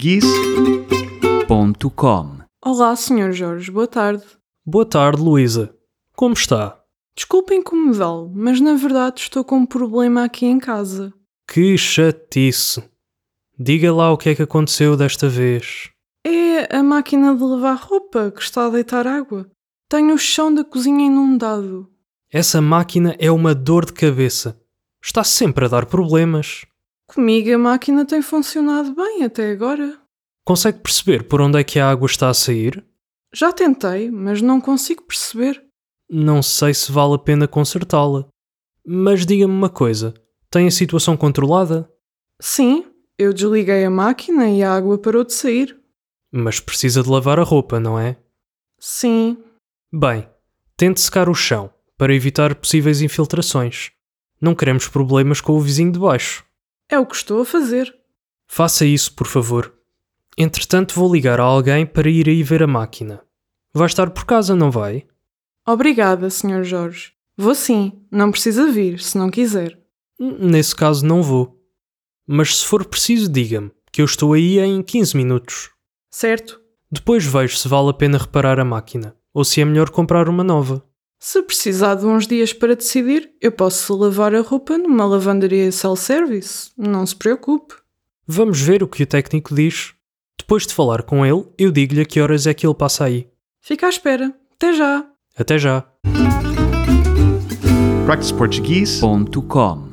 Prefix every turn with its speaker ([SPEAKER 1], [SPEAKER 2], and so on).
[SPEAKER 1] practiceportuguese.com.
[SPEAKER 2] Olá, Sr. Jorge, boa tarde.
[SPEAKER 3] Boa tarde, Luísa. Como está?
[SPEAKER 2] Desculpe incomodá-lo, mas na verdade estou com um problema aqui em casa.
[SPEAKER 3] Que chatice. Diga lá o que é que aconteceu desta vez.
[SPEAKER 2] É a máquina de lavar roupa que está a deitar água. Tenho o chão da cozinha inundado.
[SPEAKER 3] Essa máquina é uma dor de cabeça. Está sempre a dar problemas.
[SPEAKER 2] Comigo a máquina tem funcionado bem até agora.
[SPEAKER 3] Consegue perceber por onde é que a água está a sair?
[SPEAKER 2] Já tentei, mas não consigo perceber.
[SPEAKER 3] Não sei se vale a pena consertá-la. Mas diga-me uma coisa: tem a situação controlada?
[SPEAKER 2] Sim, eu desliguei a máquina e a água parou de sair.
[SPEAKER 3] Mas precisa de lavar a roupa, não é?
[SPEAKER 2] Sim,
[SPEAKER 3] Bem, tente secar o chão para evitar possíveis infiltrações. Não queremos problemas com o vizinho de baixo.
[SPEAKER 2] é o que estou a fazer.
[SPEAKER 3] Faça isso, por favor. Entretanto, vou ligar a alguém para ir aí ver a máquina. Vai estar por casa, não vai?
[SPEAKER 2] Obrigada, Sr. Jorge. Vou sim, não precisa vir, se não quiser.
[SPEAKER 3] N- Nesse caso, não vou. Mas se for preciso, diga-me, que eu estou aí em 15 minutos.
[SPEAKER 2] Certo?
[SPEAKER 3] Depois vejo se vale a pena reparar a máquina ou se é melhor comprar uma nova.
[SPEAKER 2] Se precisar de uns dias para decidir, eu posso lavar a roupa numa lavanderia self-service. Não se preocupe.
[SPEAKER 3] Vamos ver o que o técnico diz. Depois de falar com ele, eu digo-lhe a que horas é que ele passa aí.
[SPEAKER 2] Fica à espera. Até já!
[SPEAKER 3] Até já!
[SPEAKER 1] practiceportuguese.com.